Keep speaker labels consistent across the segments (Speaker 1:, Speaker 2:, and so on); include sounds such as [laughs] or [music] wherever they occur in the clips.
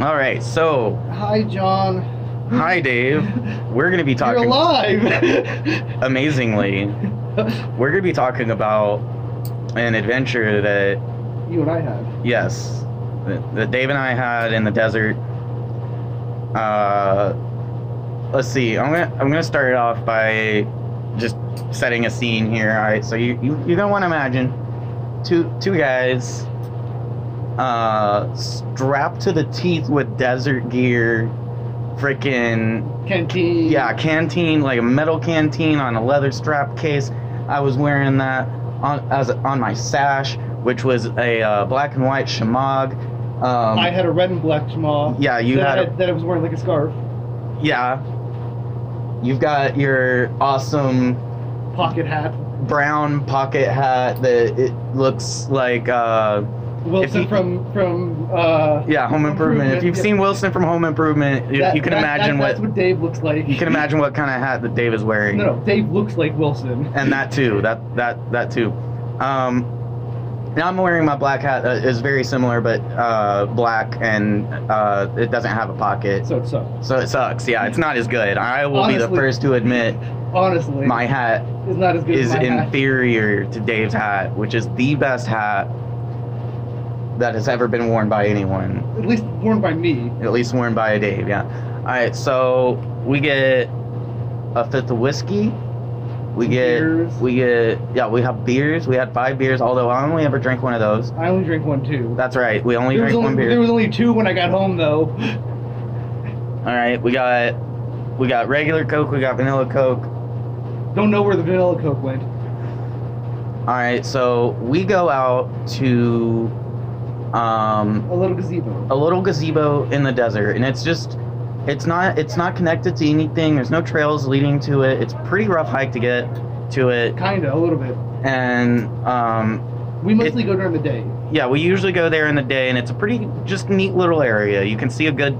Speaker 1: All right, so
Speaker 2: Hi, John.
Speaker 1: hi Dave. We're gonna be
Speaker 2: You're
Speaker 1: talking [laughs]
Speaker 2: alive.
Speaker 1: amazingly. We're gonna be talking about an adventure that
Speaker 2: you and I have.
Speaker 1: Yes, that, that Dave and I had in the desert. Uh, let's see. I'm gonna I'm gonna start it off by just setting a scene here. All right. So you you you're gonna want to imagine two two guys uh strapped to the teeth with desert gear freaking
Speaker 2: Canteen.
Speaker 1: yeah, a canteen, like a metal canteen on a leather strap case. I was wearing that on as on my sash, which was a uh, black and white shamag. Um,
Speaker 2: I had a red and black jamal.
Speaker 1: yeah, you
Speaker 2: that,
Speaker 1: had a,
Speaker 2: that I was wearing like a scarf.
Speaker 1: yeah. You've got your awesome
Speaker 2: Pocket hat.
Speaker 1: brown pocket hat that it looks like uh,
Speaker 2: Wilson
Speaker 1: you-
Speaker 2: from from. Uh,
Speaker 1: yeah Home Improvement. If you've
Speaker 2: Yeah.
Speaker 1: seen Wilson from Home Improvement, you,
Speaker 2: that-
Speaker 1: you can
Speaker 2: that-
Speaker 1: imagine
Speaker 2: that-
Speaker 1: what
Speaker 2: That's what Dave looks like.
Speaker 1: you can imagine what kind of hat that Dave is wearing.
Speaker 2: No, no, Dave looks like Wilson.
Speaker 1: and that too that that that too um now i'm wearing my black hat uh, is very similar but uh black and uh it doesn't have a pocket
Speaker 2: So it sucks.
Speaker 1: so it sucks yeah it's not as good i will be the
Speaker 2: Honestly.
Speaker 1: first to admit
Speaker 2: Honestly,
Speaker 1: my hat
Speaker 2: is not as good
Speaker 1: is
Speaker 2: as my hat.
Speaker 1: inferior to dave's hat which is the best hat that has ever been worn by anyone
Speaker 2: At least worn by me.
Speaker 1: at least worn by a Dave, yeah. All right, so we get a fifth of whiskey. We get
Speaker 2: Some beers.
Speaker 1: we get yeah we have beers. We had five beers, although I only ever drank one of those.
Speaker 2: I only drank one too.
Speaker 1: That's right, we only
Speaker 2: there was
Speaker 1: drank one
Speaker 2: only,
Speaker 1: beer.
Speaker 2: There was only two when I got home though.
Speaker 1: All right, we got we got regular Coke, we got vanilla Coke.
Speaker 2: Don't know where the vanilla coke went.
Speaker 1: All right, so we go out to um,
Speaker 2: A little gazebo.
Speaker 1: a little gazebo in the desert, and it's just it's not it's not connected to anything. There's no trails leading to it. It's a pretty rough hike to get to it.
Speaker 2: Kinda, a little bit.
Speaker 1: and um,
Speaker 2: We mostly go during the day.
Speaker 1: yeah, we usually go there in the day, and it's a pretty just neat little area. You can see a good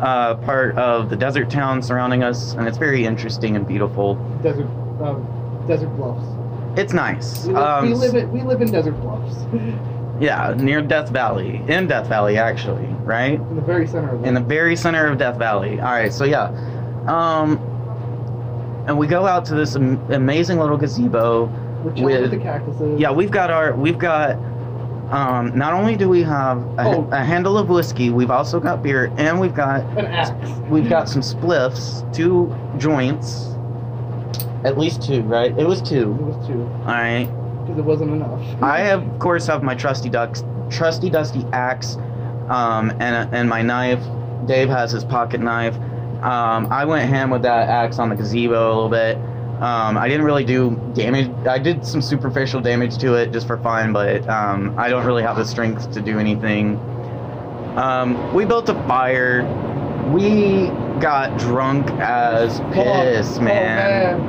Speaker 1: uh, part of the desert town surrounding us, and it's very interesting and beautiful.
Speaker 2: Desert, um, desert bluffs.
Speaker 1: It's nice.
Speaker 2: We live, we
Speaker 1: Um,
Speaker 2: live in we live in desert bluffs, [laughs]
Speaker 1: yeah, near Death Valley, in Death Valley actually, right?
Speaker 2: in the very center of it.
Speaker 1: In the very center of Death Valley. All right, so yeah, um, and we go out to this am- amazing little gazebo.
Speaker 2: We're chilling
Speaker 1: with-
Speaker 2: with the cactuses.
Speaker 1: Yeah, we've got our we've got um not only do we have a,
Speaker 2: Oh.
Speaker 1: a handle of whiskey, we've also got beer and we've got
Speaker 2: an axe.
Speaker 1: we've got some spliffs, two joints. At least two, right? It was
Speaker 2: It
Speaker 1: two.
Speaker 2: was two
Speaker 1: All right.
Speaker 2: because it wasn't enough.
Speaker 1: I
Speaker 2: [laughs]
Speaker 1: of course have my trusty ducks, trusty dusty axe, um, and and my knife. Dave has his pocket knife. Um, I went ham with that axe on the gazebo a little bit. Um, I didn't really do damage. I did some superficial damage to it just for fun, but um, I don't really have the strength to do anything. Um, we built a fire. We got drunk as piss,
Speaker 2: oh,
Speaker 1: man.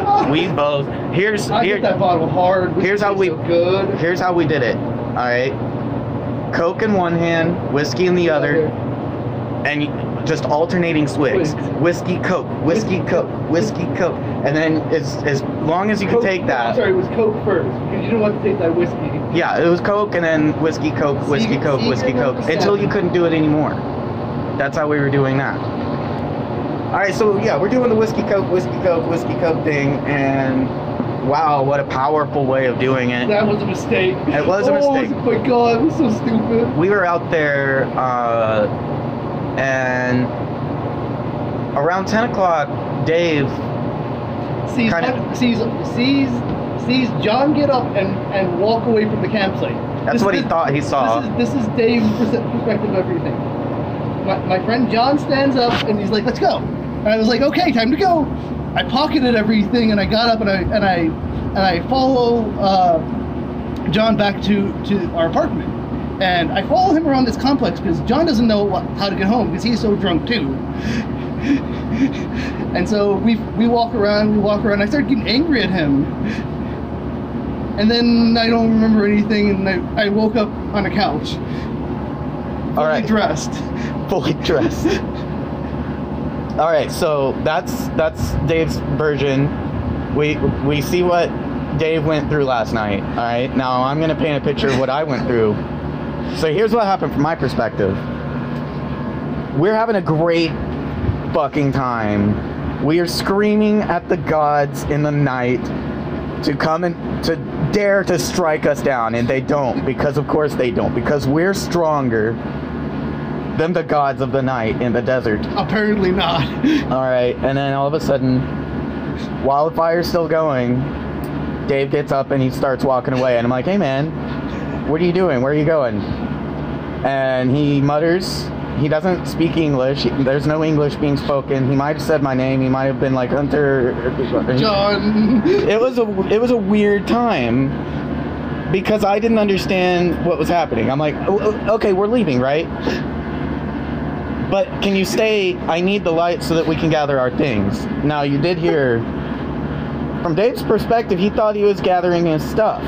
Speaker 2: Oh,
Speaker 1: [laughs]
Speaker 2: man. [laughs]
Speaker 1: We both. Here's
Speaker 2: I
Speaker 1: here,
Speaker 2: hit that bottle hard. which
Speaker 1: here's how
Speaker 2: tastes
Speaker 1: we-
Speaker 2: so good.
Speaker 1: Here's how we did it. All right. Coke in one hand, whiskey in the other, and y- just alternating swigs.
Speaker 2: Swigs.
Speaker 1: Whiskey, Coke, whiskey, Coke, whiskey, Coke. And then as, as long as you can
Speaker 2: Coke-
Speaker 1: take
Speaker 2: I'm
Speaker 1: that.
Speaker 2: sorry, it was Coke first because you didn't want to take that whiskey.
Speaker 1: Yeah, it was Coke and then whiskey, Coke,
Speaker 2: See,
Speaker 1: whiskey, Coke,
Speaker 2: see,
Speaker 1: whiskey,
Speaker 2: you're
Speaker 1: Coke.
Speaker 2: number
Speaker 1: Until you
Speaker 2: seven.
Speaker 1: couldn't do it anymore. That's how we were doing that. All right, so yeah, we're doing the whiskey, Coke, whiskey, Coke, whiskey, Coke thing. And wow, what a powerful way of doing it.
Speaker 2: That was a mistake.
Speaker 1: It was a
Speaker 2: oh,
Speaker 1: mistake.
Speaker 2: my god, it was so stupid.
Speaker 1: we were out there uh, and around 10 o'clock dave
Speaker 2: Sees,
Speaker 1: Kinda-
Speaker 2: Hunt- sees sees sees John get up and, and walk away from the campsite.
Speaker 1: that's
Speaker 2: This
Speaker 1: what he
Speaker 2: is-
Speaker 1: thought he saw
Speaker 2: This is, this is Dave's perse- perspective of everything. My, my friend John stands up and he's like, "Let's go." And I was like, "Okay, time to go." I pocketed everything and I got up and I and I and I follow uh, John back to to our apartment. And I follow him around this complex because John doesn't know what, how to get home because he's so drunk too. [laughs] and so we we walk around, we walk around. I start getting angry at him. And then I don't remember anything, and I, I woke up on a couch.
Speaker 1: all right
Speaker 2: Dressed.
Speaker 1: fully dressed all right so that's that's dave's version we we see what dave went through last night all right now i'm gonna paint a picture of what i went through so here's what happened from my perspective We're having a great fucking time. We are screaming at the gods in the night to come and to dare to strike us down, and they don't because, of course, they don't because we're stronger than the gods of the night in the desert.
Speaker 2: Apparently
Speaker 1: [laughs]
Speaker 2: not.
Speaker 1: All right, and then all of a sudden, wildfire's still going. Dave gets up and he starts walking away, and I'm like, "Hey, man, what are you doing? Where are you going?" And he mutters. He doesn't speak English. There's no English being spoken. He might have said my name. He might have been like Hunter.
Speaker 2: John.
Speaker 1: It was a it was a weird time because I didn't understand what was happening. I'm like, "O- o- "Okay, we're leaving, right?" But can you stay? I need the light so that we can gather our things. Now, you did hear from Dave's perspective, he thought he was gathering his stuff.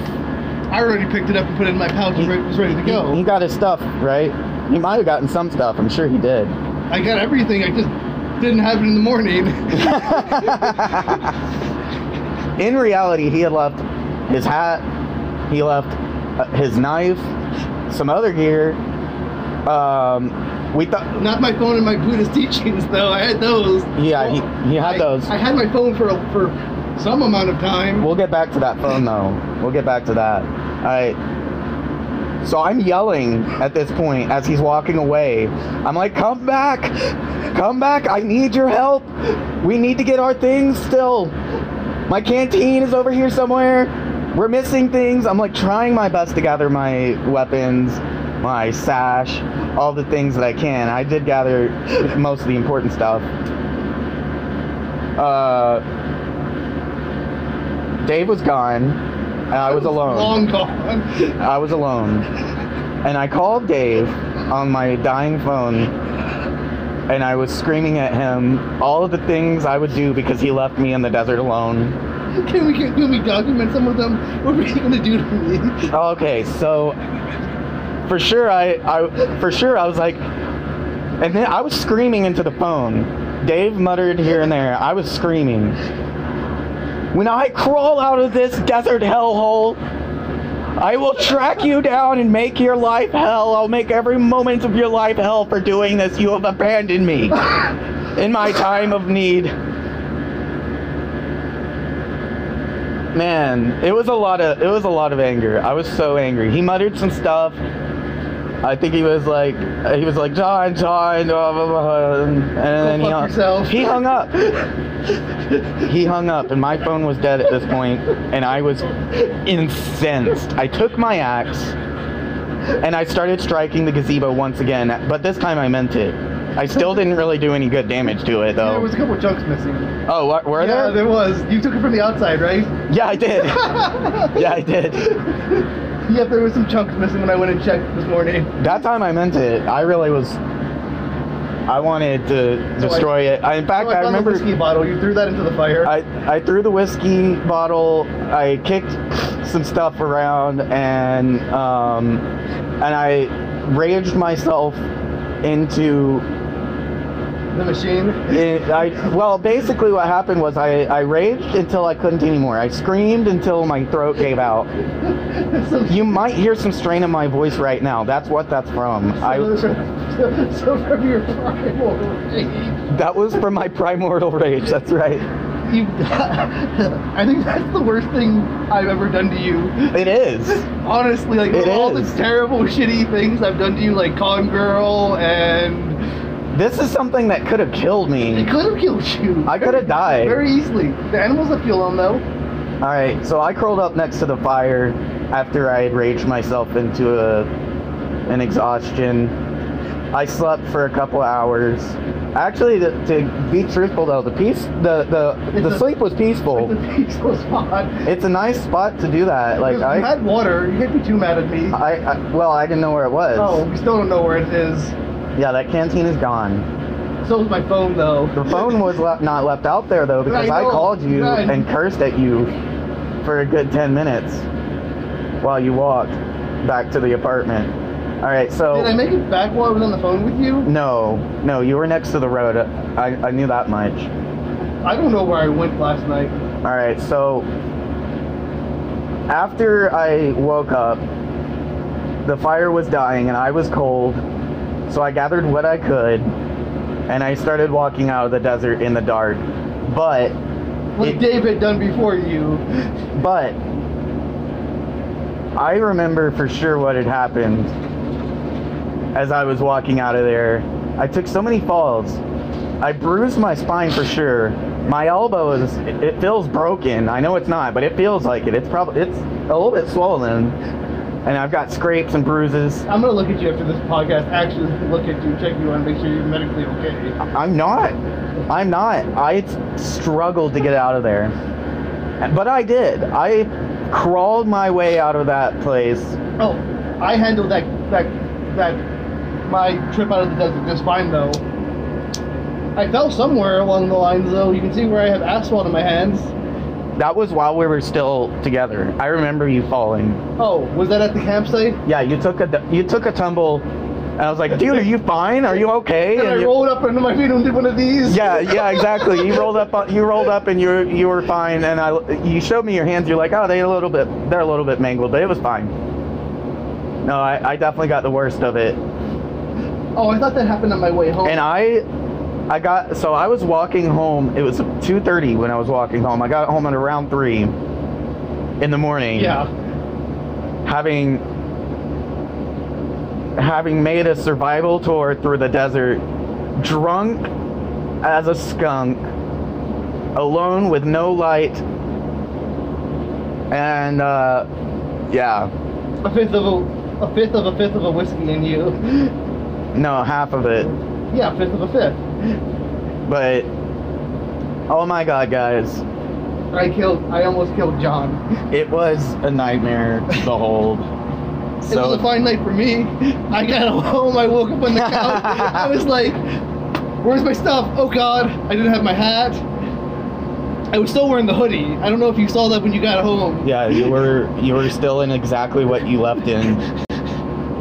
Speaker 2: I already picked it up and put it in my pouch and re- was ready to
Speaker 1: He,
Speaker 2: go.
Speaker 1: he got his stuff, right? He might have gotten some stuff. I'm sure he did.
Speaker 2: I got everything. I just didn't have it in the
Speaker 1: [laughs]
Speaker 2: morning.
Speaker 1: In reality, he had left his hat, he left uh, his knife, some other gear. Um, we thought,
Speaker 2: Not my phone and my Buddhist [laughs] teachings though. I had those.
Speaker 1: Yeah, he- he had
Speaker 2: I-
Speaker 1: those.
Speaker 2: I had my phone for a, for some amount of time.
Speaker 1: We'll get back to that phone though. We'll get back to that. All right. So I'm yelling at this point as he's walking away. I'm like, "Come back! Come back! I need your help. We need to get our things still. My canteen is over here somewhere. We're missing things." I'm like trying my best to gather my weapons, my sash, all the things that I can. I did gather most of the important stuff. Uh Dave was gone. And I was alone.
Speaker 2: Long gone. [laughs]
Speaker 1: I was alone. And I called Dave on my dying phone and I was screaming at him all of the things I would do because he left me in the desert alone.
Speaker 2: Can we can, can we document some of them? What were you gonna do to me? [laughs]
Speaker 1: Okay, so for sure I, I for sure I was like and then I was screaming into the phone. Dave muttered here and there. I was screaming. When I crawl out of this desert hellhole, I will track you down and make your life hell. I'll make every moment of your life hell for doing this. You have abandoned me in my time of need. Man, it was a lot of it was a lot of anger. I was so angry. He muttered some stuff. I think he was like he was like John, John, blah, blah, blah," and then he
Speaker 2: fuck
Speaker 1: hung,
Speaker 2: yourself.
Speaker 1: he hung up. He hung up, and my phone was dead at this point, and I was incensed. I took my axe, and I started striking the gazebo once again, but this time I meant it. I still didn't really do any good damage to it,
Speaker 2: [laughs] There was
Speaker 1: though.
Speaker 2: a couple chunks missing.
Speaker 1: Oh, what, were
Speaker 2: yeah,
Speaker 1: there?
Speaker 2: there was. You took it from the outside, right?
Speaker 1: Yeah, I
Speaker 2: [laughs]
Speaker 1: did. [laughs] yeah, I did.
Speaker 2: Yep, there was some chunks missing when I went and checked this morning.
Speaker 1: That time I meant it. I really was. I wanted to
Speaker 2: So I-
Speaker 1: destroy it. I, in fact,
Speaker 2: Oh,
Speaker 1: I,
Speaker 2: found
Speaker 1: remember.
Speaker 2: the whiskey bottle. You threw that into the fire.
Speaker 1: I, I threw the whiskey bottle. I kicked some stuff around, and um, and I raged myself into.
Speaker 2: the machine. [laughs]
Speaker 1: It, I well, basically, what happened was I, I raged until I couldn't anymore. I screamed until my throat gave out.
Speaker 2: so, [laughs]
Speaker 1: You might hear some strain in my voice right now. That's what that's from. I
Speaker 2: [laughs] so, so from your primal rage,
Speaker 1: that was from my [laughs] primordial rage. That's right.
Speaker 2: you. [laughs] I think that's the worst thing I've ever done to
Speaker 1: [laughs]
Speaker 2: you.
Speaker 1: It is.
Speaker 2: Honestly, like
Speaker 1: It
Speaker 2: all
Speaker 1: is.
Speaker 2: the terrible, shitty things I've done to you, like Con Girl, and
Speaker 1: This is something that could have killed
Speaker 2: it
Speaker 1: me.
Speaker 2: could have killed you.
Speaker 1: I could have died.
Speaker 2: very easily. The animals that feel them though.
Speaker 1: All right, so I curled up next to the fire after I had raged myself into a an exhaustion. I slept for a couple hours. Actually, to, to be truthful though, the peace, the the,
Speaker 2: It's
Speaker 1: the
Speaker 2: a-
Speaker 1: sleep was peaceful.
Speaker 2: It's a peaceful spot.
Speaker 1: It's a nice spot to do that. Like
Speaker 2: Because
Speaker 1: I,
Speaker 2: you had water. You can't be too mad at me.
Speaker 1: I, I, well, I didn't know where it was.
Speaker 2: oh, we still don't know where it is.
Speaker 1: Yeah, that canteen is gone.
Speaker 2: So was my phone though.
Speaker 1: The phone was le- not left out there though because
Speaker 2: I
Speaker 1: I,
Speaker 2: know.
Speaker 1: called you
Speaker 2: Yeah, I-
Speaker 1: and cursed at you for a good ten minutes while you walked back to the apartment. All right, so.
Speaker 2: [laughs] Did I make it back while I was on the phone with you?
Speaker 1: No, no, you were next to the road. I, I knew that much. Mm.
Speaker 2: I don't know where I went last night.
Speaker 1: All right, so after I woke up, the fire was dying and I was cold, so I gathered what I could and I started walking out of the desert in the dark. But
Speaker 2: What
Speaker 1: It-
Speaker 2: Dave had done before you.
Speaker 1: but I remember for sure what had happened as I was walking out of there. I took so many falls. I bruised my spine for sure. My elbow is it, it feels broken. I know it's not, but it feels like it. It's probably it's a little bit swollen. And I've got scrapes and bruises.
Speaker 2: I'm gonna look at you after this podcast. Actually, look at you, check you out, make sure you're medically okay.
Speaker 1: I'm not. I'm not. I struggled to get out of there. But I did. I crawled my way out of that place
Speaker 2: Oh, I handled that that that my trip out of the desert just fine though. I fell somewhere along the lines though. You can see where I have asphalt in my hands.
Speaker 1: That was while we were still together. I remember you falling.
Speaker 2: Oh, was that at the campsite?
Speaker 1: Yeah, you took a you took a tumble, and I was like, "Dude, are you fine? Are you okay?"
Speaker 2: and I
Speaker 1: you-
Speaker 2: rolled up under my feet and did one of
Speaker 1: [laughs]
Speaker 2: these.
Speaker 1: yeah, yeah, exactly. You rolled up, on- you rolled up, and you were- you were fine. And I, you showed me your hands. You're like, "Oh, they a little bit, they're a little bit mangled, but it was fine." No, I, I definitely got the worst of it.
Speaker 2: Oh, I thought that happened on my way home.
Speaker 1: And I, I got so I was walking home. It was two thirty when I was walking home. I got home at around three in the morning.
Speaker 2: yeah.
Speaker 1: having having made a survival tour through the desert drunk as a skunk alone with no light and uh yeah
Speaker 2: A fifth of a, a fifth of a fifth of a whiskey in you. [laughs]
Speaker 1: no half of it
Speaker 2: Yeah, fifth of a fifth.
Speaker 1: but oh my god guys
Speaker 2: I killed. I almost killed John. [laughs]
Speaker 1: it was a nightmare to hold
Speaker 2: it was a fine night for me. I got [laughs] home. I woke up on the couch. I
Speaker 1: [laughs]
Speaker 2: was like, "Where's my stuff? Oh God! I didn't have my hat. I was still wearing the hoodie. I don't know if you saw that when you got home.
Speaker 1: yeah you were you were still in exactly what you left in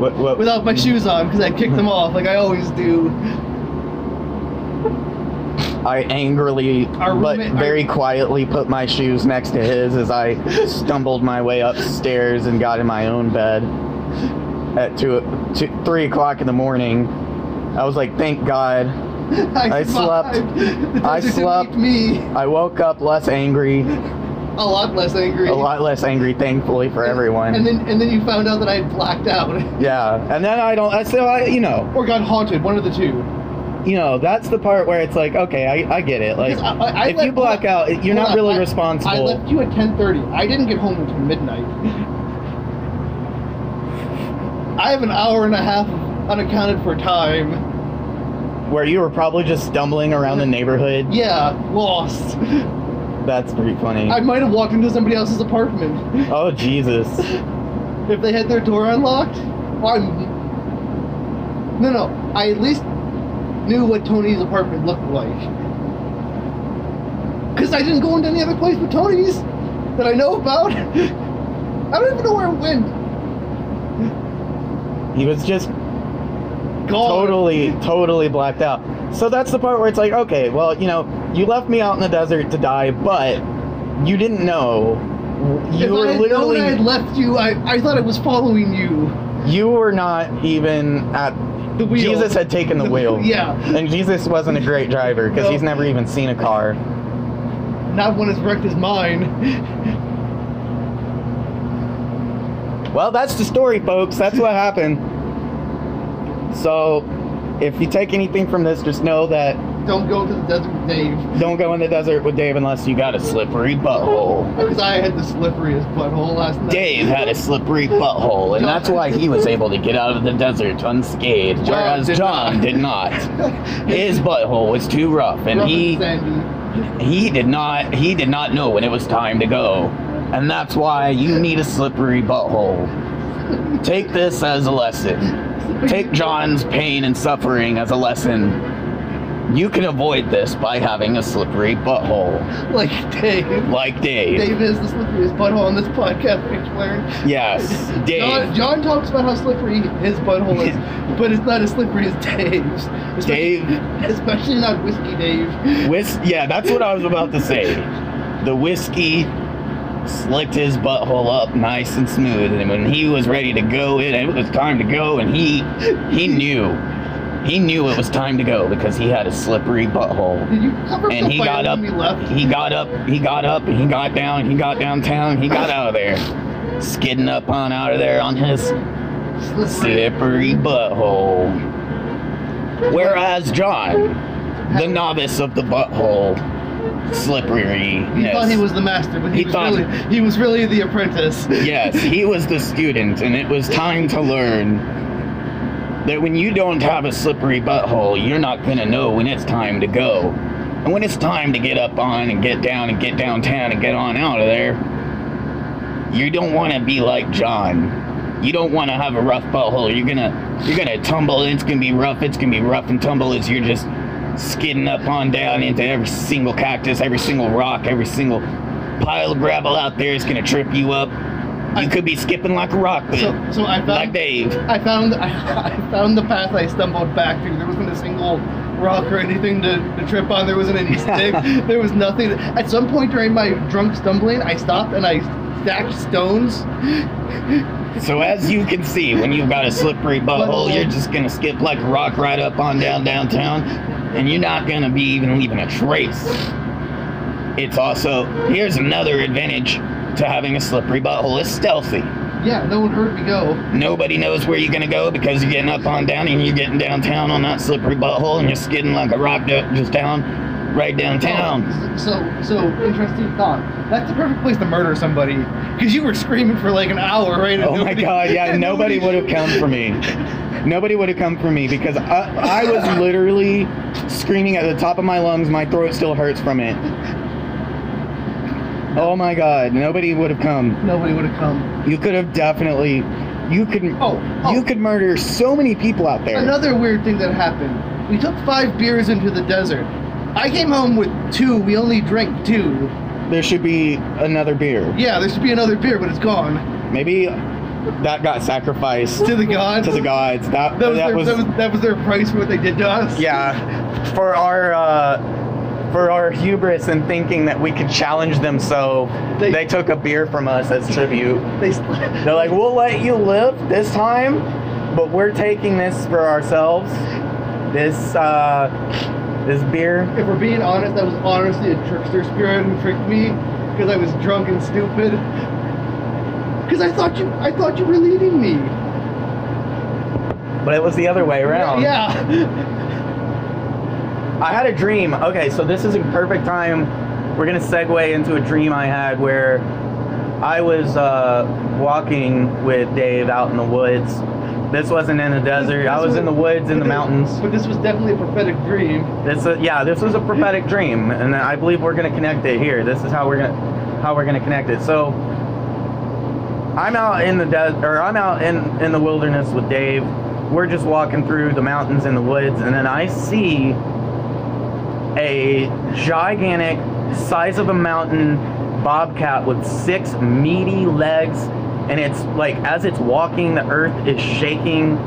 Speaker 1: what what
Speaker 2: [laughs] Without my shoes on because I kicked them off like I always do. [laughs]
Speaker 1: I angrily,
Speaker 2: Our
Speaker 1: but
Speaker 2: roommate-
Speaker 1: very quietly, put my shoes next to his as I stumbled my way upstairs and got in my own bed at two, two three o'clock in the morning. I was like, "Thank God!"
Speaker 2: I,
Speaker 1: I slept.
Speaker 2: survived. [laughs] The
Speaker 1: I
Speaker 2: desert didn't
Speaker 1: slept.
Speaker 2: eat Me
Speaker 1: I woke up less angry,
Speaker 2: a lot less angry.
Speaker 1: a lot less angry, thankfully for everyone.
Speaker 2: And then and then you found out that I blacked out [laughs]
Speaker 1: yeah, and then I don't. I still, I, you know,
Speaker 2: or got haunted. One of the two.
Speaker 1: you know, that's the part where it's like, okay, I, I get it. Like,
Speaker 2: Because I- I- I
Speaker 1: if
Speaker 2: let-
Speaker 1: you block out, you're
Speaker 2: Hold
Speaker 1: not
Speaker 2: on,
Speaker 1: really
Speaker 2: I-
Speaker 1: responsible.
Speaker 2: I left you at 10:30. I didn't get home until midnight. [laughs] I have an hour and a half of unaccounted for time.
Speaker 1: where you were probably just stumbling around the neighborhood.
Speaker 2: Yeah, lost.
Speaker 1: That's pretty funny.
Speaker 2: I might have walked into somebody else's apartment
Speaker 1: Oh Jesus!
Speaker 2: if they had their door unlocked. I'm no, no. I at least knew what Tony's apartment looked like. Cause I didn't go into any other place but Tony's that I know about. [laughs] I don't even know where it went.
Speaker 1: He was just
Speaker 2: Gone.
Speaker 1: totally, totally blacked out. So that's the part where it's like, okay, well, you know, you left me out in the desert to die, but you didn't know. You
Speaker 2: if
Speaker 1: were
Speaker 2: I had
Speaker 1: literally,
Speaker 2: known I had left you, I, I thought I was following you.
Speaker 1: you were not even at.
Speaker 2: The wheel.
Speaker 1: Jesus had taken the wheel.
Speaker 2: [laughs] yeah,
Speaker 1: And Jesus wasn't a great driver because
Speaker 2: No.
Speaker 1: he's never even seen a car.
Speaker 2: not one as wrecked as mine.
Speaker 1: Well, that's the story, folks. That's what happened. So, if you take anything from this, just know that
Speaker 2: [laughs] Don't go to the desert with Dave
Speaker 1: don't go in the desert with Dave unless you got a slippery butthole.
Speaker 2: because I had the slipperiest butthole last night.
Speaker 1: Oh. Dave had a slippery butthole, and that's why he was able to get out of the desert unscathed,
Speaker 2: John
Speaker 1: whereas
Speaker 2: did
Speaker 1: John
Speaker 2: not.
Speaker 1: did not. His butthole was too rough, and
Speaker 2: Rough
Speaker 1: he
Speaker 2: sandy.
Speaker 1: he did not he did not know when it was time to go, and that's why you need a slippery butthole. Take this as a lesson. Take John's pain and suffering as a lesson. You can avoid this by having a slippery butthole,
Speaker 2: like Dave.
Speaker 1: like Dave.
Speaker 2: Dave is the slipperiest butthole on this podcast. We've learned.
Speaker 1: Yes, Dave.
Speaker 2: John, John talks about how slippery his butthole
Speaker 1: [laughs]
Speaker 2: is, but it's not as slippery as Dave's. Especially-
Speaker 1: Dave-
Speaker 2: especially not whiskey Dave.
Speaker 1: Whis- yeah, that's what I was about to say. The whiskey slicked his butthole up nice and smooth, and when he was ready to go in, it was time to go, and he he knew. He knew it was time to go because he had a slippery butthole.
Speaker 2: Did you cover up
Speaker 1: and
Speaker 2: the
Speaker 1: he
Speaker 2: fire
Speaker 1: got
Speaker 2: when
Speaker 1: up.
Speaker 2: we left?
Speaker 1: He got up. He got up. and He got down. He got downtown. He got out of there, skidding up on out of there on his slippery butthole. Whereas John, the novice of the butthole, slippery.
Speaker 2: He thought he was the master, but he,
Speaker 1: He
Speaker 2: was
Speaker 1: thought-
Speaker 2: really he was really the apprentice.
Speaker 1: yes, he was the student, and it was time to learn that when you don't have a slippery butthole, you're not gonna know when it's time to go. And when it's time to get up on and get down and get downtown and get on out of there, you don't want to be like John. You don't want to have a rough butthole. You're gonna you're gonna tumble. and It's gonna be rough. It's gonna be rough and tumble as you're just skidding up on down into every single cactus, every single rock, every single pile of gravel out there. It's gonna trip you up. You could be skipping like a rock, but
Speaker 2: So, um, so I found
Speaker 1: like Dave.
Speaker 2: I found [laughs] I, I found the path I stumbled back through. There wasn't a single rock or anything to, to trip on. There
Speaker 1: [laughs]
Speaker 2: wasn't any stick. there was nothing. At some point during my drunk stumbling, I stopped and I stacked stones. [laughs]
Speaker 1: So as you can see, when you've got a slippery butthole, you're just gonna skip like a rock right up on down downtown, and you're not gonna be even leaving a trace. It's also here's another advantage to having a slippery butthole. It's stealthy.
Speaker 2: Yeah, no one heard me go.
Speaker 1: Nobody knows where you're gonna go because you're getting up on down and you're getting downtown on that slippery butthole and you're skidding like a rock do- just down, right downtown.
Speaker 2: So so interesting thought. That's the perfect place to murder somebody because you were screaming for like an hour, right? And
Speaker 1: Oh my
Speaker 2: nobody-
Speaker 1: god, yeah,
Speaker 2: [laughs] and
Speaker 1: nobody would have come for me. Nobody would have come for me because I, I was literally screaming at the top of my lungs. My throat still hurts from it. Oh my god, nobody would have come.
Speaker 2: Nobody would have come.
Speaker 1: You could have definitely, you could,
Speaker 2: Oh, oh.
Speaker 1: you could murder so many people out there.
Speaker 2: Another weird thing that happened. We took five beers into the desert. I came home with two. We only drank two.
Speaker 1: There should be another beer.
Speaker 2: Yeah, there should be another beer, but it's gone.
Speaker 1: Maybe that got sacrificed
Speaker 2: To the gods.
Speaker 1: to the gods. That
Speaker 2: That was,
Speaker 1: that
Speaker 2: their,
Speaker 1: was
Speaker 2: that, was, that was their price for what they did to us.
Speaker 1: Yeah, for our uh, for our hubris and thinking that we could challenge them, so
Speaker 2: They-
Speaker 1: they, took a beer from us as tribute.
Speaker 2: They,
Speaker 1: They're like, "We'll let you live this time, but we're taking this for ourselves. This uh, this beer."
Speaker 2: [laughs] if we're being honest, that was honestly a trickster spirit who tricked me because I was drunk and stupid. Because I thought you, I thought you were leading me.
Speaker 1: But it was the other way around.
Speaker 2: Yeah.
Speaker 1: I had a dream. Okay, so this is a perfect time. We're gonna segue into a dream I had where I was uh, walking with Dave out in the woods. This wasn't in the desert. I
Speaker 2: This
Speaker 1: was in the woods in the
Speaker 2: but this-
Speaker 1: mountains.
Speaker 2: But this was definitely a prophetic dream.
Speaker 1: This, uh, yeah, this was a prophetic dream, and I believe we're gonna connect it here. This is how we're gonna, how we're gonna connect it. So, I'm out in the desert, or I'm out in in the wilderness with Dave. We're just walking through the mountains and the woods, and then I see a gigantic, size of a mountain bobcat with six meaty legs, and it's like as it's walking, the earth is shaking,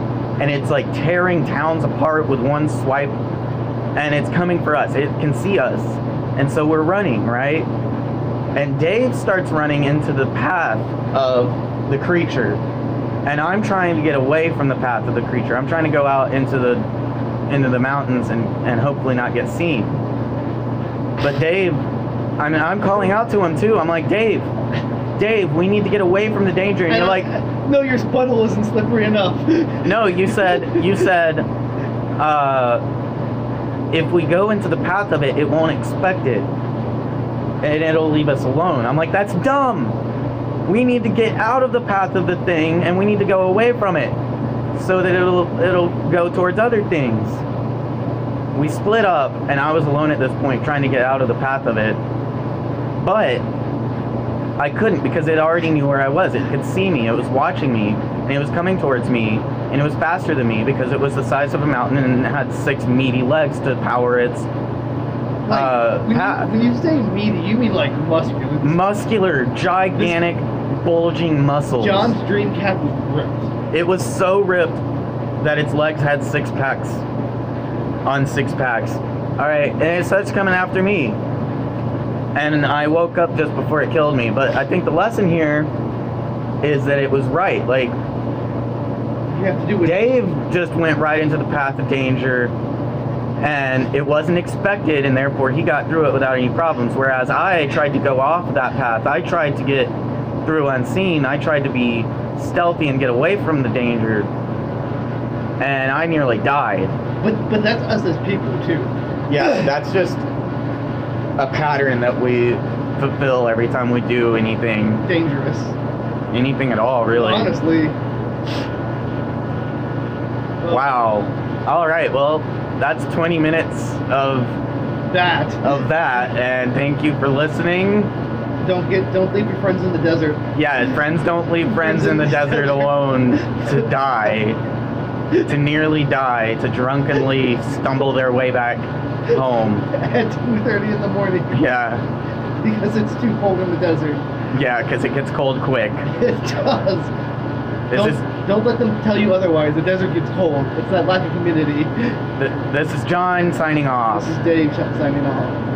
Speaker 1: and it's like tearing towns apart with one swipe and it's coming for us. It can see us. And so we're running, right? And Dave starts running into the path of the creature. And I'm trying to get away from the path of the creature. I'm trying to go out into the into the mountains and, and hopefully not get seen. But Dave, I mean I'm calling out to him too. I'm like, Dave, Dave, we need to get away from the danger. And you're
Speaker 2: I-
Speaker 1: like,
Speaker 2: no, your spuddle isn't slippery enough.
Speaker 1: no, you said you said uh, if we go into the path of it, it won't expect it, and it'll leave us alone. I'm like, that's dumb. We need to get out of the path of the thing, and we need to go away from it, so that it'll it'll go towards other things. We split up, and I was alone at this point, trying to get out of the path of it, but I couldn't because it already knew where I was. It could see me. It was watching me, and it was coming towards me, and it was faster than me because it was the size of a mountain and it had six meaty legs to power its
Speaker 2: Like,
Speaker 1: Uh,
Speaker 2: when,
Speaker 1: Pat.
Speaker 2: you, when you say meaty, you mean like muscular.
Speaker 1: muscular, gigantic, bulging muscles.
Speaker 2: John's dream cap was ripped.
Speaker 1: It was so ripped that its legs had six packs on six packs. All right, and it starts coming after me. And I woke up just before it killed me. But I think the lesson here is that it was right. Like,
Speaker 2: you have to do with
Speaker 1: Dave just went right into the path of danger, and it wasn't expected, and therefore he got through it without any problems. Whereas I tried to go off that path. I tried to get through unseen. I tried to be stealthy and get away from the danger, and I nearly died.
Speaker 2: But but that's us as people too.
Speaker 1: Yeah, that's just a pattern that we fulfill every time we do anything,
Speaker 2: Dangerous.
Speaker 1: anything at all, really.
Speaker 2: Honestly.
Speaker 1: Wow. All right. Well, that's 20 minutes of
Speaker 2: That.
Speaker 1: of that, and thank you for listening.
Speaker 2: Don't get don't leave your friends in the desert. [laughs]
Speaker 1: Yeah, friends don't leave friends in the desert alone to die, to nearly die, to drunkenly stumble their way back home.
Speaker 2: At 2:30 in the morning
Speaker 1: Yeah,
Speaker 2: because it's too cold in the desert. [laughs]
Speaker 1: yeah, because it gets cold quick.
Speaker 2: It does.
Speaker 1: This
Speaker 2: don't,
Speaker 1: is
Speaker 2: don't let them tell you otherwise. The desert gets cold. It's that lack of humidity.
Speaker 1: th- this is John signing off.
Speaker 2: This is Dave signing off.